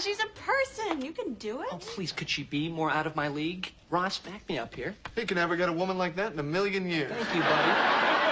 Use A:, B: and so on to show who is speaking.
A: She's a person. You can do
B: Oh,
A: it.
B: please, could she be more out of my league? Ross, back me up here.
C: He can never get a woman like that in a million years.
B: Thank you, buddy.